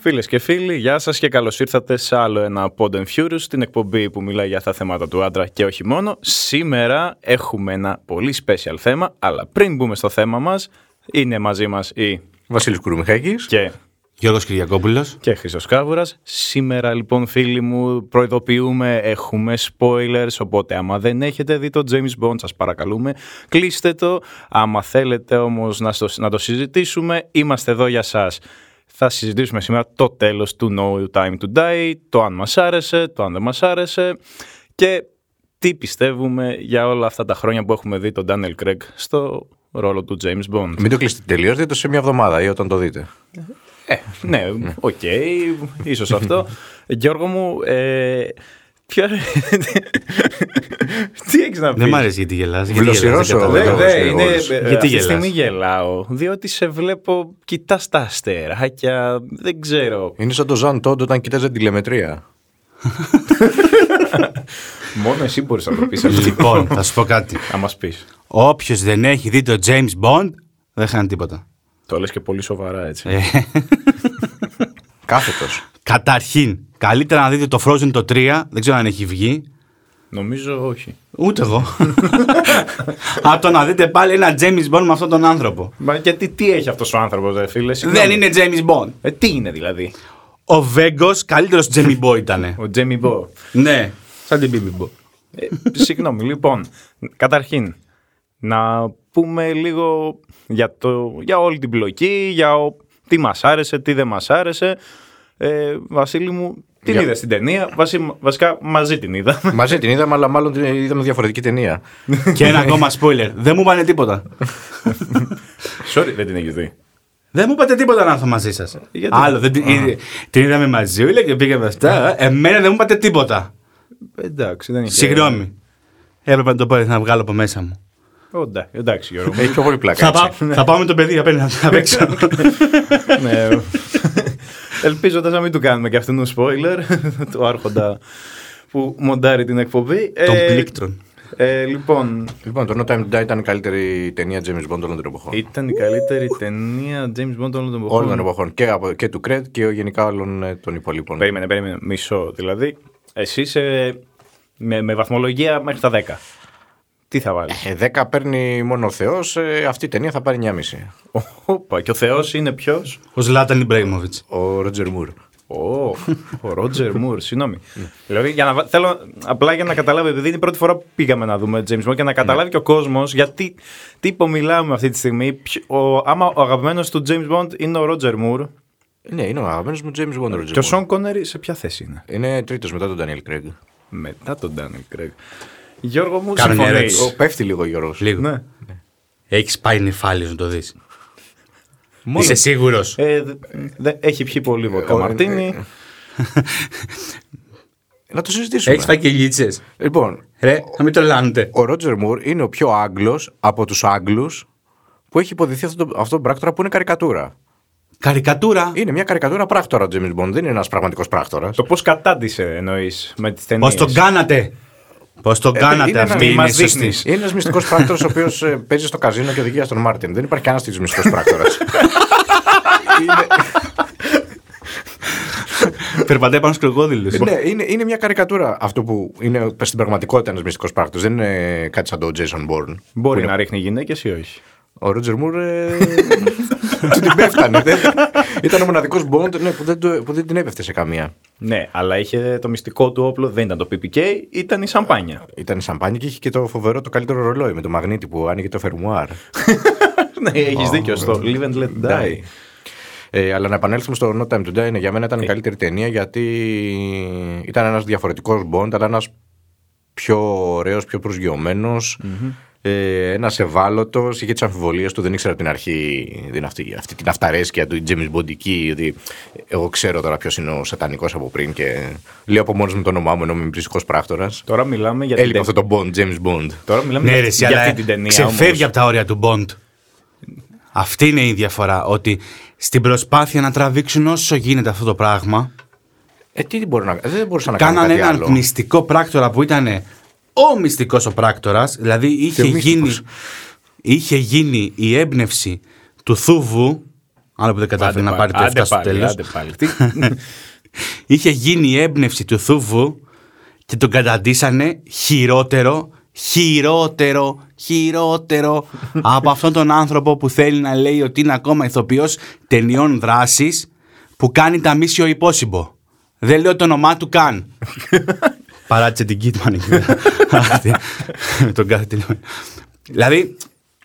Φίλες και φίλοι, γεια σας και καλώς ήρθατε σε άλλο ένα Pod and Furious, την εκπομπή που μιλάει για τα θέματα του άντρα και όχι μόνο. Σήμερα έχουμε ένα πολύ special θέμα, αλλά πριν μπούμε στο θέμα μας, είναι μαζί μας η. Βασίλης Κουρουμιχάκη. και Γιώργος Κυριακόπουλος. Και Χρήστος Κάβουρας. Σήμερα λοιπόν φίλοι μου προειδοποιούμε, έχουμε spoilers, οπότε άμα δεν έχετε δει το James Bond σας παρακαλούμε κλείστε το. Άμα θέλετε όμως να, στο- να το συζητήσουμε, είμαστε εδώ για σας. Θα συζητήσουμε σήμερα το τέλος του No Time to Die, το αν μας άρεσε, το αν δεν μας άρεσε και τι πιστεύουμε για όλα αυτά τα χρόνια που έχουμε δει τον Daniel Craig στο ρόλο του James Bond. Μην το κλείσετε τελείως, δείτε το σε μια εβδομάδα ή όταν το δείτε. Ε, ναι, οκ, ίσως αυτό. Γιώργο μου, ε, ποιο... Τι έχεις να πεις. Δεν μ' αρέσει γιατί γελάς. γιατί Βλωσιρώσω, γελάς, δεν βέβαια. Δε, καταλαβαίνω. Γιώργος, δε, Γιώργος. είναι, ε, Γιατί αυτή τη γελάς? στιγμή γελάω, διότι σε βλέπω, κοιτάς τα αστεράκια, δεν ξέρω. Είναι σαν το Ζαν Τόντ όταν κοιτάζει την τηλεμετρία. Μόνο εσύ μπορείς να το πεις αυτό. Λοιπόν, θα σου πω κάτι. Να μας πεις. Όποιος δεν έχει δει το James Bond, δεν χάνει τίποτα. Το λες και πολύ σοβαρά έτσι. Ε, Κάθετος. Καταρχήν, καλύτερα να δείτε το Frozen το 3, δεν ξέρω αν έχει βγει. Νομίζω όχι. Ούτε εγώ. Από το να δείτε πάλι ένα James Bond με αυτόν τον άνθρωπο. Μα γιατί τι έχει αυτός ο άνθρωπος, δε, φίλε. συγγνώμη. Δεν είναι James Bond. Ε, τι είναι δηλαδή, Ο Βέγκος καλύτερος Jamie Boy ήταν. ο Τζέμι Μπό. ναι. Σαν την Bibi Bo. Ε, συγγνώμη, λοιπόν. Καταρχήν, να πούμε λίγο για, το, για όλη την πλοκή, για ο, τι μας άρεσε, τι δεν μας άρεσε. Ε, Βασίλη μου, την είδα στην ταινία. Βασι- βασικά, μαζί την είδα. Μαζί την είδαμε, αλλά μάλλον την είδαμε διαφορετική ταινία. Και ένα ακόμα spoiler. Δεν μου πάνε τίποτα. Sorry, δεν την έχεις δει. Δεν μου είπατε τίποτα να έρθω μαζί σας. Γιατί? Άλλο, δεν, την- είδε- την είδαμε μαζί, όλα και πήγαμε αυτά. Εμένα δεν μου είπατε τίποτα. Εντάξει, δεν είχε... Ε, Συγγνώμη. Έπρεπε να το πω, να βγάλω από μέσα μου. Οντα- εντάξει, Γιώργο. μου. Έχει πιο πολύ πλάκα. Θα, έτσι. πάω- θα πάω με το παιδί απέναντι να παίξω. ναι. Ελπίζοντας να μην του κάνουμε και αυτόν τον spoiler, το άρχοντα που μοντάρει την εκπομπή. Τον Ε, πλήκτρον. ε, λοιπόν, Λοιπόν, το No Time to Die ήταν η καλύτερη ταινία James Bond όλων των Ε, εποχών. Ήταν η καλύτερη ταινία James Bond όλων των Όλων των εποχών. εποχών. Και, από, και του Κρέτ και γενικά όλων ε, των υπολείπων. Περίμενε, περίμενε. Μισό. Δηλαδή, εσύ είσαι με, με βαθμολογία μέχρι τα 10. Τι θα βάλεις. Ε, 10 παίρνει μόνο ο Θεός, αυτή η ταινία θα πάρει 9,5. Όπα, και ο Θεός είναι ποιος. Ο Ζλάταν Ιμπρέιμοβιτ. Ο Ρότζερ Μουρ. Ο, ο Ρότζερ Μουρ, συγγνώμη. δηλαδή, για να, βα- θέλω απλά για να καταλάβει, επειδή είναι η πρώτη φορά που πήγαμε να δούμε James Bond και να καταλάβει και ο κόσμος γιατί τι υπομιλάμε αυτή τη στιγμή. Ποιο- ο, άμα ο αγαπημένος του James Bond είναι ο Ρότζερ Μουρ Ναι, είναι ο αγαπημένος μου James Bond. ο Roger και ο Moore. Σον Κόνερι σε ποια θέση είναι. Είναι τρίτος μετά τον Daniel Craig. Μετά τον Ντάνιλ Κρέγκ. Γιώργο μου, Κάνω μια συμφωνεί. ερώτηση. Ο, πέφτει λίγο ο Γιώργος. Λίγο. Ναι. Έχεις πάει νυφάλιος να το δεις. Είσαι σίγουρος. Ε, δε- δε- έχει πιει πολύ βοτκα Ε, μαρτίνι. Να το συζητήσουμε. Έχεις φακελίτσε. Λοιπόν, Ρε, να μην τρελάνετε. ο Ρότζερ Μουρ είναι ο πιο Άγγλος από τους Άγγλους που έχει υποδηθεί αυτό το, αυτό το πράκτορα που είναι καρικατούρα. Ε, Καρικατούρα. Είναι μια καρικατούρα πράκτορα ο James Bond, δεν είναι ένας πραγματικός πράκτορας. Το πώς κατάντησε εννοείς με τις ταινίες. Πώς τον κάνατε. Πώς Ε, τον κάνατε είναι ένας αυτή μήμα είναι η σωστή. δείχνης. Είναι ένα μυστικό πράκτορα ο οποίος παίζει στο καζίνο και οδηγεί στον Μάρτιν. Δεν υπάρχει κανένας τέτοιος μυστικός πράκτορα. Περπατάει πάνω στου Ε, Λοιπόν. κροκόδηλου. ναι, είναι, είναι μια καρικατούρα αυτό που είναι στην πραγματικότητα ένας μυστικός πράκτορα. Δεν είναι κάτι σαν τον Jason Bourne. Μπορεί να ρίχνει γυναίκες ή όχι. Ο Ρότζερ Μουρ. ε, του την πέφτανε. δεν- ήταν ο μοναδικός Bond ναι, που, δεν, του- που δεν την έπεφτε σε καμία. Ναι, αλλά είχε το μυστικό του όπλο, δεν ήταν το PPK, ήταν η σαμπάνια. Ήταν σαμπάνι και είχε και το φοβερό το καλύτερο ρολόι με το μαγνήτη που άνοιγε το φερμουάρ. ναι, έχεις δίκιο στο Live and Let Die. Ε, αλλά να επανέλθουμε στο No Time to Die, ναι, για μένα ήταν η καλύτερη ταινία γιατί ήταν ένας διαφορετικός Bond, αλλά ένας πιο ωραίος, πιο προσγειωμενος ε, ένας ευάλωτος, είχε τις αμφιβολίες του, δεν ήξερα από την αρχή δεν είναι αυτή, αυτή την αυταρέσκεια του James Bondική, ότι εγώ ξέρω τώρα ποιος είναι ο σατανικός από πριν και λέω από μόνος μου το όνομά μου ενώ είμαι πλησικός πράκτορας. Τώρα μιλάμε για την Έλειπε ται- αυτό το Bond, James Bond. Τώρα μιλάμε Ναι, για, ρε, εσύ, για αλλά αυτή την ταινία. ξεφεύγει όμως. από τα όρια του Bond. Αυτή είναι η διαφορά. Ότι στην προσπάθεια να τραβήξουν όσο γίνεται αυτό το πράγμα, Ε, τι μπορεί να, δεν μπορούσα να κάνω κάνανε κάτι έναν άλλο. μυστικό πράκτορα που ήταν ο μυστικός ο πράκτορα. Δηλαδή είχε ο μυστικός. γίνει, είχε γίνει η έμπνευση του Θούβου Άλλο που δεν κατάφερε Άντε να πάρει πάλι, το 7 άντε στο πάλι, τέλος. άντε πάλι. Τι- Είχε γίνει η έμπνευση του Θούβου και τον καταντήσανε χειρότερο, χειρότερο, χειρότερο από αυτόν τον άνθρωπο που θέλει να λέει ότι είναι ακόμα ηθοποιός ταινιών δράσης που κάνει τα Mission Impossible. Δεν λέω το όνομά του καν. Παράτησε την Κίτμαν εκεί πέρα. Αυτή, με τον κάθε τηλεόραση. Δηλαδή,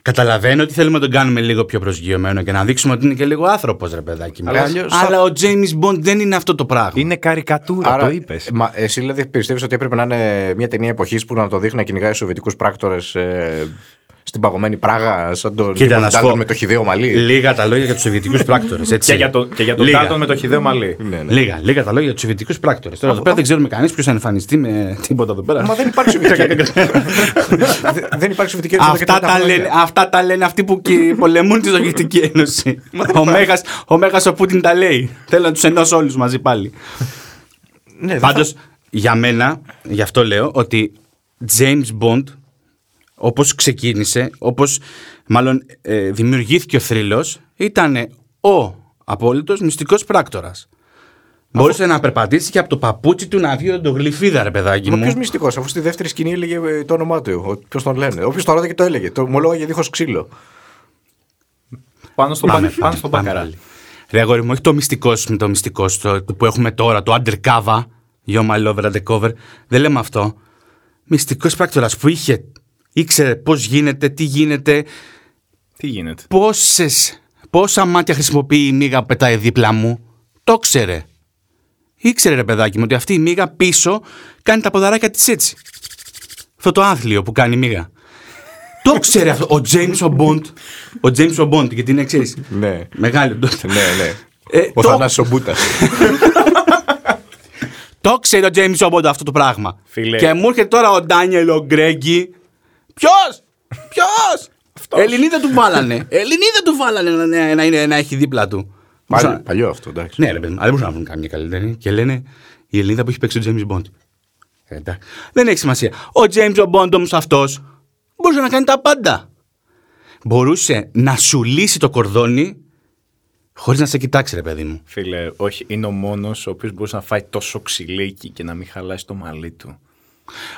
καταλαβαίνω ότι θέλουμε να τον κάνουμε λίγο πιο προσγειωμένο και να δείξουμε ότι είναι και λίγο άνθρωπος, ρε παιδάκι μου. Αλλά αλλιώς- Αλλά ο James Bond δεν είναι αυτό το πράγμα. Είναι καρικατούρα, το είπες. Ε, μα, εσύ δηλαδή πιστεύεις ότι έπρεπε να είναι μια ταινία εποχής που να το δείχνει να κυνηγάει σοβιετικούς πράκτορες στην παγωμένη Πράγα, σαν τον Κοίτα να σου Ντάλτον πω. με το χιδαίο μαλλί. Λίγα τα λόγια για τους Σοβιετικούς πράκτορες. Ναι. Και για, το, και για τον λίγα. Ντάλτον με το χιδαίο μαλλί. Ναι, ναι. Λίγα, λίγα τα λόγια για τους Σοβιετικούς πράκτορες. Τώρα εδώ πέρα δεν ξέρουμε κανείς ποιος θα εμφανιστεί με τίποτα εδώ πέρα. Μα δεν υπάρχει σοβιετική. Δε- δεν υπάρχει σοβιετική Ένωση εδώ και Αυτά τα, χρόνια. λένε, αυτά τα λένε αυτοί που κυ- πολεμούν τη Σοβιετική Ένωση. ο, Μέγας, ο Μέγας ο Πούτιν τα λέει. Θέλω να τους ενώσω όλους μαζί πάλι. Ναι, δεν Πάντως, για μένα, γι' αυτό λέω ότι James Bond, όπως ξεκίνησε, όπως μάλλον ε, δημιουργήθηκε ο θρύλος, ήταν ο απόλυτος μυστικός πράκτορας. Μπορούσε να περπατήσει και από το παπούτσι του να βγει ο ντογλυφίδα, ρε παιδάκι Μα μου. ποιος μυστικός, αφού στη δεύτερη σκηνή έλεγε ε, το όνομά του. Ποιος τον λένε. Όποιος το ρώταγε το έλεγε. Το ομολόγαγε δίχως ξύλο. Πάνω στον Πάμε, πα- πάνω στον πάμε μπακαρά. πάλι. Ρε αγόρι μου, όχι το μυστικός σου με το μυστικός σου, το- το που έχουμε τώρα, το undercover. Yo my lover undercover. Δεν λέμε αυτό. Μυστικός πράκτορας που είχε, ήξερε πώς γίνεται, τι γίνεται, Τι γίνεται. πόσες, πόσα μάτια χρησιμοποιεί η μύγα που πετάει δίπλα μου. Το ξέρε. Ήξερε ρε παιδάκι μου ότι αυτή η μύγα πίσω κάνει τα ποδαράκια της έτσι. Αυτό το άθλιο που κάνει η μύγα. το ξέρε αυτό. Ο James ο Bond. Ο James ο Bond, γιατί είναι εξή. Ναι. Μεγάλη εντότητα. Ναι, ναι. Ε, Ο το- Θανάσης ο Μπούτας. Το ξέρει ο James Bond αυτό το πράγμα. Φίλε. Και μου έρχεται τώρα ο Ντάνιελ ο Γκρέγκι. Ποιος! Ποιος! Ελληνίδα του βάλανε. Ελληνίδα του βάλανε να, να, να, είναι- να έχει δίπλα του. Πάλι, Μπορούσαν- παλιό αυτό, εντάξει. Ναι, ρε παιδί μου, αλλά δεν μπορούσαν να βρουν καμία καλύτερη. Και λένε η Ελληνίδα που έχει παίξει ο James Bond. Ε, εντάξει. δεν έχει σημασία. Ο James ο Bond όμως αυτός μπορούσε να κάνει τα πάντα. Μπορούσε να σου λύσει το κορδόνι χωρίς να σε κοιτάξει, ρε παιδί μου. Φίλε, όχι, είναι ο μόνος ο οποίος μπορούσε να φάει τόσο ξυλίκι και να μην χαλάσει το μαλλί του.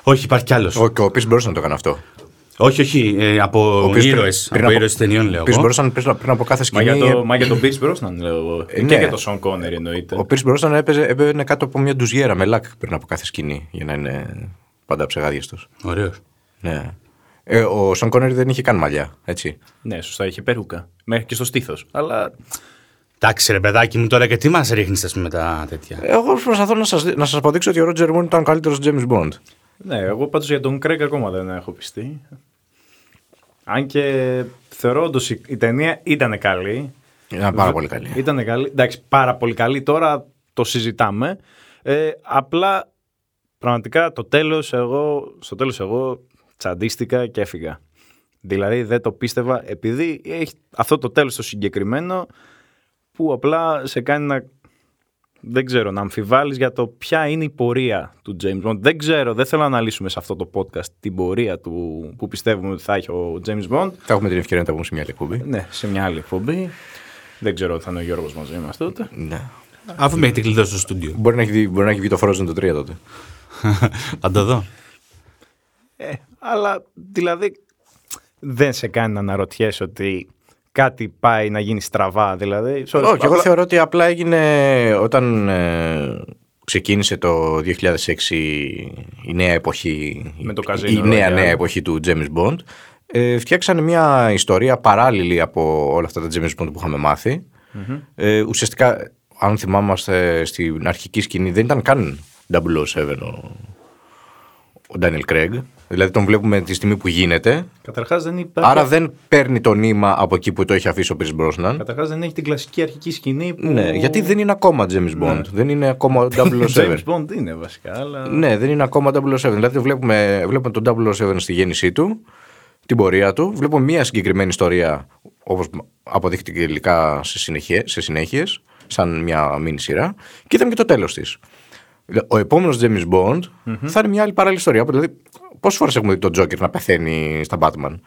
Όχι, υπάρχει κι άλλος. Ο, και ο οποίος μπορούσε να το κάνει αυτό. Όχι, όχι, ε, από οποίος ήρωες. πριν Από από- ήρωες ταινιών λέω. Ο οποίο εγώ. μπορούσε πριν, πριν από κάθε Μα σκηνή. για, το, ε, μα για τον Pierce Brosnan, λέω εγώ. και ναι. για τον Σον Κόνερ εννοείται. Ο Pierce Brosnan έπαιζε, έπαιρνε κάτω από μια ντουζιέρα με λακ πριν από κάθε σκηνή για να είναι πάντα ψεγάδιες τους. Ωραίος. Ναι. Ε, ο Σον Κόνερ δεν είχε καν μαλλιά, έτσι. Ναι, σωστά, είχε περούκα. Μέχρι και στο στήθος. Αλλά Εντάξει, ρε παιδάκι μου τώρα και τι μας ρίχνεις, ας πούμε, τα τέτοια. Εγώ προσπαθώ να σας να σας αποδείξω ότι ο Ρότζερ Μούν ήταν ο καλύτερος James Bond. ναι, εγώ πάντως για τον Κρέγκ ακόμα δεν έχω πιστεί. Αν και θεωρώ όντως η, η ταινία ήταν καλή. Ήταν πάρα πολύ καλή. Ήταν καλή. Εντάξει, πάρα πολύ καλή. Τώρα το συζητάμε. Ε, απλά πραγματικά το τέλος εγώ, στο τέλος εγώ τσαντίστηκα και έφυγα. Δηλαδή δεν το πίστευα επειδή έχει αυτό το τέλος το συγκεκριμένο που απλά σε κάνει να δεν ξέρω, να αμφιβάλλεις για το ποια είναι η πορεία του James Bond. Δεν ξέρω, δεν θέλω να αναλύσουμε σε αυτό το podcast την πορεία του που πιστεύουμε ότι θα έχει ο James Bond. Θα έχουμε την ευκαιρία να τα πούμε σε μια άλλη εκπομπή. Ναι, σε μια άλλη εκπομπή. Δεν ξέρω αν θα είναι ο Γιώργος μαζί μας τότε. Ναι. Αφού με έχετε κλειδώσει στο στούντιο. Μπορεί να, έχει, δει- μπορεί να έχει βγει το Frozen το 3 τότε. Θα το δω. Ε, αλλά δηλαδή δεν σε κάνει να αναρωτιέσαι ότι κάτι πάει να γίνει στραβά δηλαδή. Sorry, Όχι, εγώ απλά- θεωρώ ότι απλά έγινε όταν ε, ξεκίνησε το 2006 η νέα εποχή, Με το η- Casino η νέα Royale. νέα εποχή του James Bond. Ε, φτιάξανε μια ιστορία παράλληλη από όλα αυτά τα James Bond που είχαμε μάθει. Ε, ουσιαστικά, αν θυμάμαστε, στην αρχική σκηνή δεν ήταν καν 007 ο, ο Daniel Craig. Δηλαδή τον βλέπουμε τη στιγμή που γίνεται. Καταρχάς δεν υπάρχει... Άρα δεν παίρνει το νήμα από εκεί που το έχει αφήσει ο Pierce Brosnan. Καταρχάς δεν έχει την κλασική αρχική σκηνή που... Ναι, γιατί δεν είναι ακόμα James Bond. Δεν είναι ακόμα ο 007. Ναι. James Bond είναι βασικά, αλλά... ναι, δεν είναι ακόμα 007. Δηλαδή το βλέπουμε, βλέπουμε τον 007 στη γέννησή του, την πορεία του. Βλέπουμε μια συγκεκριμένη ιστορία, όπως αποδείχτηκε τελικά σε, συνεχε, σε συνέχειες, σαν μια μήνυ σειρά. Και είδαμε και το τέλος της. Ο επόμενος James Bond θα είναι μια άλλη παράλληλη ιστορία. Δηλαδή, πόσες φορές έχουμε δει τον Joker να πεθαίνει στα Batman.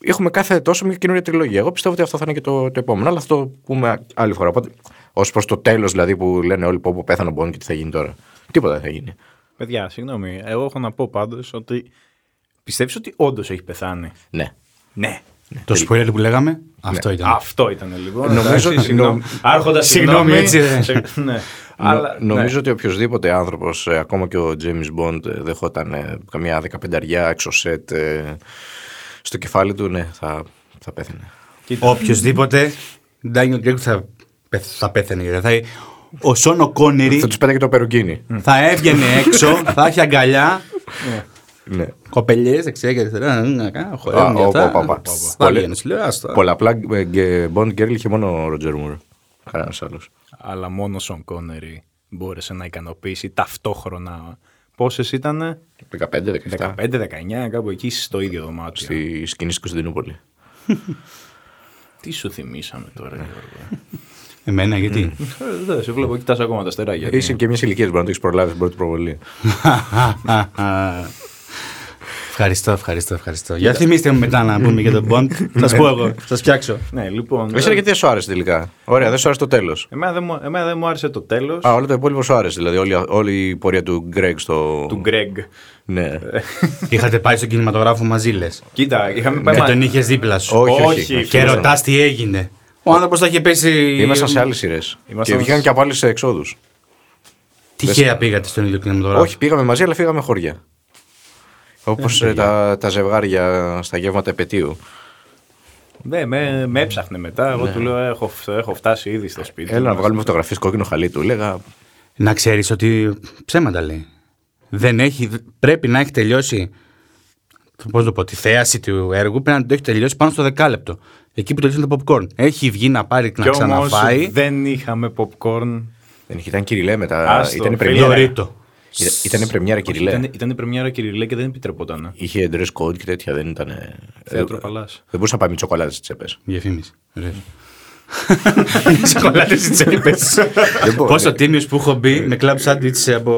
έχουμε κάθε τόσο μια καινούργια τριλογία. Εγώ πιστεύω ότι αυτό θα είναι και το, το επόμενο, αλλά αυτό το πούμε άλλη φορά. Οπότε, ως προς το τέλος δηλαδή που λένε όλοι που πέθανε ο Bond και τι θα γίνει τώρα. Τίποτα δεν θα γίνει. Παιδιά, συγγνώμη. Εγώ έχω να πω πάντως ότι πιστεύεις ότι όντως έχει πεθάνει. Ναι. Ναι. Το spoiler που λέγαμε, αυτό ήταν. Αυτό ήταν λοιπόν. Νομίζω Εντάξει, ότι- συγγνώμη. Άρχοντας Συγγνώμη, συγγνώμη. έτσι, ε. Σε- ναι. Νο- Αλλά, ναι. νομίζω ότι οποιοδήποτε άνθρωπο, ακόμα και ο James Bond, ε, δεχόταν ε, καμιά δεκαπενταριά εξωσέτ ε, στο κεφάλι του, ναι, θα, θα πέθανε. Κοίτα. Οποιοδήποτε Ντάνιελ Κρέκ θα, πεθ- θα πέθανε. ρε. Θα, ο Σόνο Κόνερι Θα τους πέταγε το περουγκίνι. Mm. θα έβγαινε έξω, θα έχει αγκαλιά. ναι. Κοπελιέ, δεξιά και αριστερά. να κάνω, χορεύουν Α, και αυτά. όπα, όπα, όπα. Ψ, Θα Πολλέ- βγαίνουν, σου λέω, άστα. Πολλαπλά ε, γκε- Bond Girl είχε μόνο ο Ρότζερ Μουρ. Κανένας άλλος. Αλλά μόνο ο Σον Κόνερι μπόρεσε να ικανοποιήσει ταυτόχρονα. Πόσες ήταν, 15-17. 15-19, κάπου εκεί στο ίδιο δωμάτιο. Στη σκηνή στην Κωνσταντινούπολη. Τι σου θυμήσαμε τώρα, Ναι. Γιώργο. Εμένα γιατί. Ε, Δεν σε βλέπω, κοιτάς ακόμα τα αστεράκια. Ε, Είσαι και μιας ηλικίας μπορεί να το έχεις προλάβει στην πρώτη προβολή. Ευχαριστώ, ευχαριστώ, ευχαριστώ. Για θυμίστε μου μετά να πούμε για τον Bond. Θα σα πω εγώ, θα σα πιάξω. Ναι, λοιπόν. Εσύ ε, ρε, γιατί δεν σου άρεσε τελικά. Ωραία, δεν σου άρεσε το τέλος. Εμένα δεν, μου, εμένα δεν μου άρεσε το τέλος Α, όλο το υπόλοιπο σου άρεσε. Δηλαδή όλη, όλη η πορεία του Γκρέγκ στο. του Ε, Γκρέγκ. Ναι. Είχατε πάει στον κινηματογράφο μαζί, λες. Κοίτα, είχαμε πάει. Και μα- τον είχες δίπλα σου. όχι, όχι, όχι. Και ρωτάς τι έγινε. Ο άνθρωπος θα είχε πέσει. Ήμασταν σε άλλες σειρές. Και Ήμασταν βγήκαν σε- και από άλλες εξόδους. Τυχαία πήγατε στον ίδιο κινηματογράφο. Όχι, πήγαμε μαζί, αλλά φύγαμε χωριά. Όπως Ε, τα, τα ζευγάρια στα γεύματα επαιτίου. Ναι, με, με έψαχνε μετά. Εγώ του λέω: έχω, φ- έχω φτάσει ήδη στο σπίτι. Ναι. Ε, Έλα να μας. βγάλουμε φωτογραφίες κόκκινο χαλί του. Λέγα. Να ξέρεις ότι ψέματα λέει. Δεν έχει, πρέπει να έχει τελειώσει. Πώ το πω, τη θέαση του έργου πρέπει να το έχει τελειώσει πάνω στο δεκάλεπτο. Εκεί που τελειώσαν τα popcorn. Έχει βγει να πάρει να Κι όμως ξαναφάει. δεν είχαμε popcorn. Δεν είχε, ήταν κυριλέ μετά. Άστο, Ήταν φίλε. η πρεμιέρα. Δωρήτο. Ήταν- Ήταν η πρεμιέρα κυριλέ. Ήταν, ήταν η πρεμιέρα Κυριλέ και δεν επιτρεπόταν. Είχε dress code και τέτοια, δεν ήταν. ε, Θέατρο ε, Παλάς. Δεν μπορούσα να πάμε τσοκολάτες στις τσέπες. Διαφήμιση. Ωραία. Σοκολάτε στις τσέπες. Δεν μπορώ, Πόσο ναι. τίμιος που έχω μπει με κλαμπ σάντουιτς από.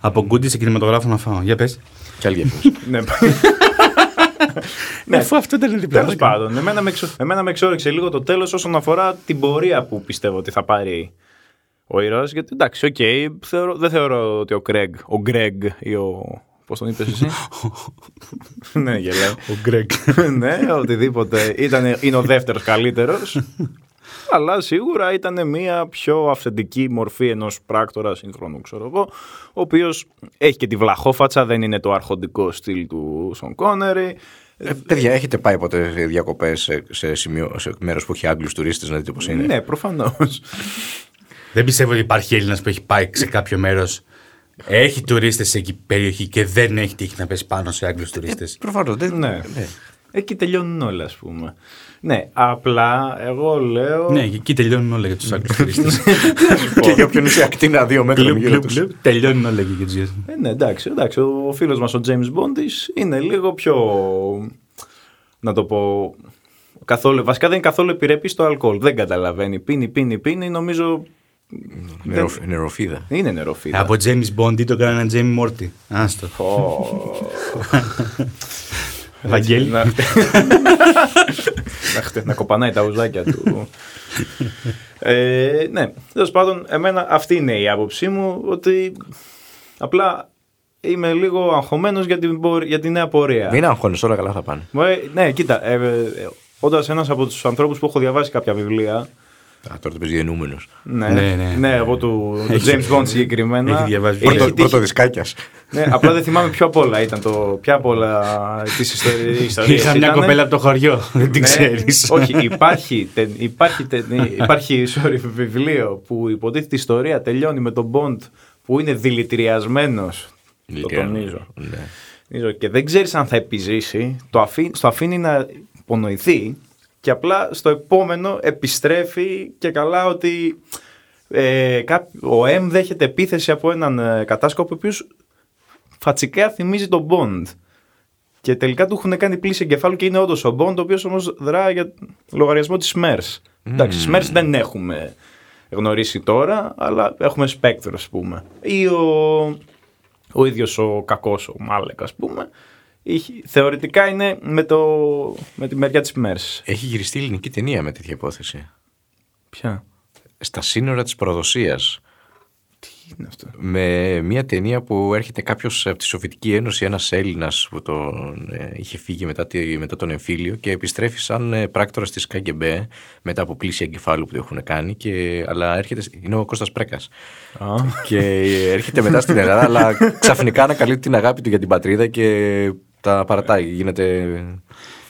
Από γκούντι σε κινηματογράφο να φάω. Για πες. Κι άλλη διαφήμιση. ναι, Ε, Ναι, αφού αυτό ήταν τέλο πάντων. Εμένα με, εξο- εμένα με εξόριξε λίγο το τέλος όσον αφορά την πορεία που πιστεύω ότι θα πάρει ο ήρωας. Γιατί εντάξει, οκ, θεωρώ- δεν θεωρώ ότι ο Κρέγκ, ο Γκρέγκ ή ο. Πώς τον είπες εσύ. ναι, γελάει. Ο Γκρέγκ. ναι, οτιδήποτε. Ήτανε, είναι ο δεύτερος καλύτερος. αλλά σίγουρα ήταν μια πιο αυθεντική μορφή ενός πράκτορα σύγχρονου, ξέρω εγώ, ο οποίος έχει και τη βλαχόφατσα, δεν είναι το αρχοντικό στυλ του Σον Κόνερι. Ε, Παιδιά, έχετε πάει ποτέ διακοπές σε, σε, σημείο- σε μέρος που έχει Άγγλους τουρίστες να δείτε πώς είναι. Ναι, προφανώς. Δεν πιστεύω ότι υπάρχει Έλληνας που έχει πάει σε κάποιο μέρος. Έχει τουρίστες σε εκεί περιοχή και δεν έχει τύχει να πέσει πάνω σε Άγγλους τουρίστες. Προφανώς. Δεν... ναι. Εκεί τελειώνουν όλα, ας πούμε. Ναι, απλά εγώ λέω... Ναι, και εκεί τελειώνουν όλα για τους Άγγλους τουρίστες. λοιπόν. Και για όποιον είσαι ακτίνα δύο μέτρα γύρω του. Τελειώνουν όλα και για τους Ε, ναι, εντάξει, εντάξει. Ο φίλος μας ο James Bondis είναι λίγο πιο, να το πω, καθόλου, βασικά δεν είναι καθόλου επιρρεπή στο αλκοόλ. Δεν καταλαβαίνει. Πίνει, πίνει, πίνει, νομίζω Νερο- Νεροφίδα. είναι νεροφίδα. Από James Bond το κάνανε Jamie Morty. Άστο. Βαγγέλη. Να, να, χτε- να κοπανάει τα ουζάκια του. ε, ναι, τέλος πάντων, εμένα αυτή είναι η άποψή μου ότι απλά είμαι λίγο αγχωμένος για την, πορε- για την νέα πορεία. Μην αγχώνει, όλα καλά θα πάνε. Μα, ε, ναι, κοίτα. Ε, Όντας ένας από τους ανθρώπους που έχω διαβάσει κάποια βιβλία. Α, τώρα το πει γεννούμενος. Ναι, Ναι, ναι. εγώ του, του Έχει- James Bond συγκεκριμένα. έχει διαβάσει έχει βιβλία. τύχει- Πρωτοδισκάκια. ναι, απλά δεν θυμάμαι ποιο απ' όλα ήταν το. Ποια απ' όλα της ιστορία. Είχα μια κοπέλα από το χωριό. Δεν την ξέρει. Ναι. Όχι, υπάρχει, τε- υπάρχει, τε- ναι, υπάρχει sorry, βιβλίο που υποτίθεται η ιστορία τελειώνει με τον Bond που είναι δηλητηριασμένος. Το τονίζω. Ναι. Νομίζω και δεν ξέρεις αν θα επιζήσει, το αφή, στο αφήνει να υπονοηθεί και απλά στο επόμενο επιστρέφει και καλά ότι ε, κά- ο M δέχεται επίθεση από έναν ε, κατάσκοπο ο οποίος φατσικά θυμίζει τον Bond. Και τελικά του έχουν κάνει πλήση εγκεφάλου και είναι όντως ο Bond, ο οποίος όμως δρά για λογαριασμό της SMERS. Εντάξει, SMERS δεν έχουμε γνωρίσει τώρα, αλλά έχουμε Spectre, ας πούμε. Ή ο, ο ίδιος ο κακός, ο Μάλεκ, ας πούμε, είχε- θεωρητικά είναι με, το, με τη μεριά της ημέρας. Έχει γυριστεί ελληνική ταινία με τέτοια υπόθεση. Ποια Στα σύνορα της προδοσίας. είναι αυτό. με μια ταινία που έρχεται κάποιος από τη Σοβιετική Ένωση, ένας Έλληνας που τον ε, είχε φύγει μετά, τη, μετά τον εμφύλιο και επιστρέφει σαν ε, πράκτορας της ΚΑΓΕΜΠΕ μετά από πλήση εγκεφάλου που του έχουν κάνει. Και, αλλά έρχεται, είναι ο Κώστας Πρέκας Α. και έρχεται μετά στην Ελλάδα, αλλά ξαφνικά ανακαλύπτει την αγάπη του για την πατρίδα και τα παρατάει. Γίνεται.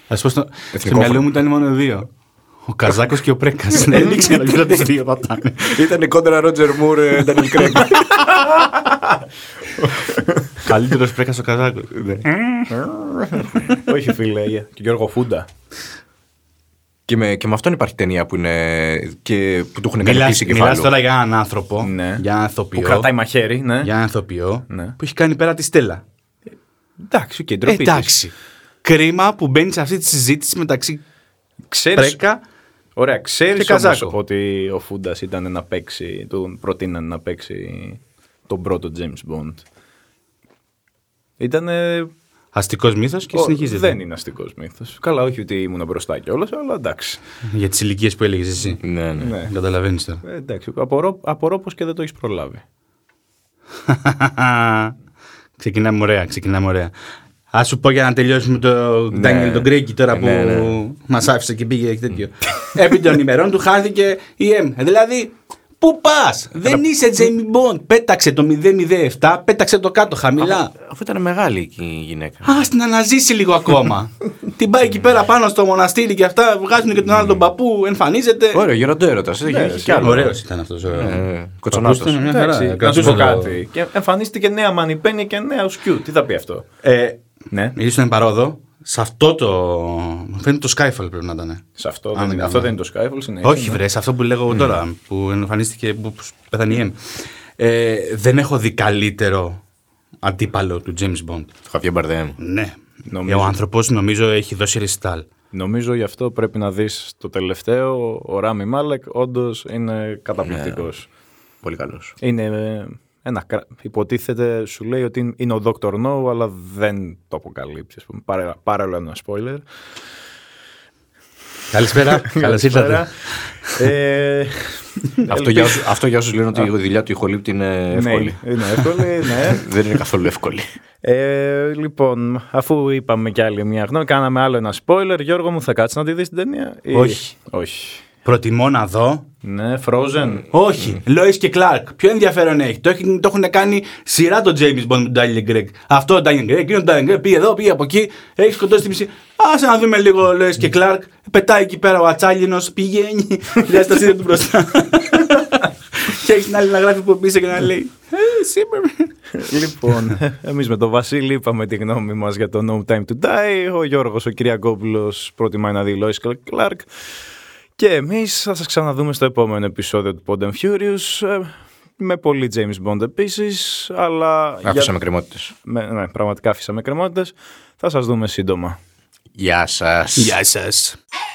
Ας πω στο. Στο Εθνικό μυαλό φο- μου ήταν μόνο δύο. Ο Καζάκος και ο Πρέκας. Ναι, Δεν ήξερα ποιο από τους δύο θα ήταν. Ήταν κόντρα Ρότζερ ε, Μουρ, Ντάνιλ Κρέγκ. Καλύτερος Πρέκας ο Καζάκος. Ναι. Όχι φίλε, για- και Γιώργο Φούντα. και, με, και με αυτόν υπάρχει ταινία που, είναι, και, που του έχουν κάνει πλήση Μιλά εγκεφάλου. τώρα για έναν άνθρωπο. Ναι. Για έναν Που ηθοποιό. κρατάει μαχαίρι, ναι. Για έναν ηθοποιό Ναι. που έχει κάνει πέρα τη Στέλλα. Εντάξει, οκ, ντροπή της. Εντάξει. Κρίμα που μπαίνει σε αυτή τη συζήτηση μεταξύ Ξέρεις, Πρέκα. Ωραία, ξέρεις Και Καζάκο. ότι ο Φούντας ήταν να παίξει, του προτείναν να παίξει τον πρώτο James Bond. Ήταν. Αστικός μύθος και συνεχίζεται. Δεν είναι αστικός μύθος. Καλά, όχι ότι ήμουν μπροστά κιόλας, αλλά εντάξει. Για τις ηλικίες που έλεγες εσύ. Ναι, ναι. Ναι. Καταλαβαίνεις τώρα. Ε, εντάξει, απορώ, απορώ πως και δεν το έχεις προλάβει. ξεκινάμε ωραία, ξεκινάμε ωραία. Ας σου πω για να τελειώσουμε το Ναι. Ντάνιελ τον Κρέγκη τώρα που Ναι, ναι. μας μα άφησε και πήγε και τέτοιο. Επί των ημερών του χάθηκε η M. Δηλαδή, πού πας, δεν είσαι Τζέιμι Μποντ. Πέταξε το 007, πέταξε το κάτω χαμηλά. Αφού ήταν μεγάλη εκεί η γυναίκα. Α την αναζήσει λίγο ακόμα. την πάει εκεί πέρα πάνω στο μοναστήρι και αυτά. Βγάζουν και τον άλλον τον παππού, εμφανίζεται. Ωραίο, γεροντέρωτας. ρε, Έχει κι άλλο. Ωραίος ήταν αυτός. Ε, Κοτσονάτος. Εντάξει, να σου πω κάτι. Και εμφανίστηκε νέα μανιπένια και νέα σκιού. Τι θα πει αυτό. Ε, Ναι, Ήσουν εν παρόδο. Σε αυτό το. Μου φαίνεται το Skyfall πρέπει να ήταν. σε αυτό, Αν δεν, είναι- κάνω. αυτό δεν είναι το Skyfall. συνέχεια, Όχι, ναι. βρε, σε αυτό που λέγω τώρα που εμφανίστηκε. που που πέθανε η M. Ε, δεν έχω δει καλύτερο αντίπαλο του James Bond. Το Χαβιέ Μπαρδέμ. Ναι. Νομίζω. Ο άνθρωπος νομίζω έχει δώσει ρεστάλ. Νομίζω γι' αυτό πρέπει να δεις το τελευταίο. Ο Ράμι Μάλεκ όντω Ναι. είναι καταπληκτικός. Πολύ καλός. Είναι ε, ένα. κρα- Υποτίθεται, σου λέει ότι είναι ο Dr. No, αλλά δεν το αποκαλύπτει. ας πούμε. Πάρε, πάρε όλο ένα spoiler. Καλησπέρα. Καλώς ήρθατε. Πέρα. Ε, Αυτό για, όσους, αυτό για όσους λένε ότι η δουλειά του ηχολήπτη είναι ναι, εύκολη. είναι εύκολη, ναι. Δεν είναι καθόλου εύκολη. Ε, λοιπόν, αφού είπαμε κι άλλη μια γνώμη, κάναμε άλλο ένα spoiler. Γιώργο μου, θα κάτσεις να τη δεις την ταινία. ή- Όχι. Όχι. Προτιμώ να δω Ναι, Frozen. Mm. Όχι, Λόι και Κλάρκ. Ποιο ενδιαφέρον έχει. Το, έχει- το έχουν κάνει σειρά το James Bond με τον Daniel Craig. Αυτό ο Daniel Craig, εκείνο ο Daniel Craig, πήγε εδώ, πήγε από εκεί, έχει σκοτώσει την ψυχή. Άσε να δούμε λίγο Λόι Mm. και Κλάρκ. Πετάει εκεί πέρα ο Ατσάλινος, πηγαίνει, βγάζει τα σύνδια του μπροστά. και έχει την άλλη να γράφει από πίσω και να λέει Ε, σήμερα. λοιπόν, εμείς με τον Βασίλη είπαμε τη γνώμη μας για το No Time to Die. Ο Γιώργος, ο Κυριακόπουλο, προτιμάει να δει Lois Clark. Και εμείς θα σας ξαναδούμε στο επόμενο επεισόδιο του Pod and Furious. ε, Με πολύ James Bond επίσης, αλλά. Άφησαμε κρεμότητες. με, ναι, πραγματικά αφήσαμε κρεμότητε. Θα σας δούμε σύντομα. Γεια σας. Γεια σας. Hey,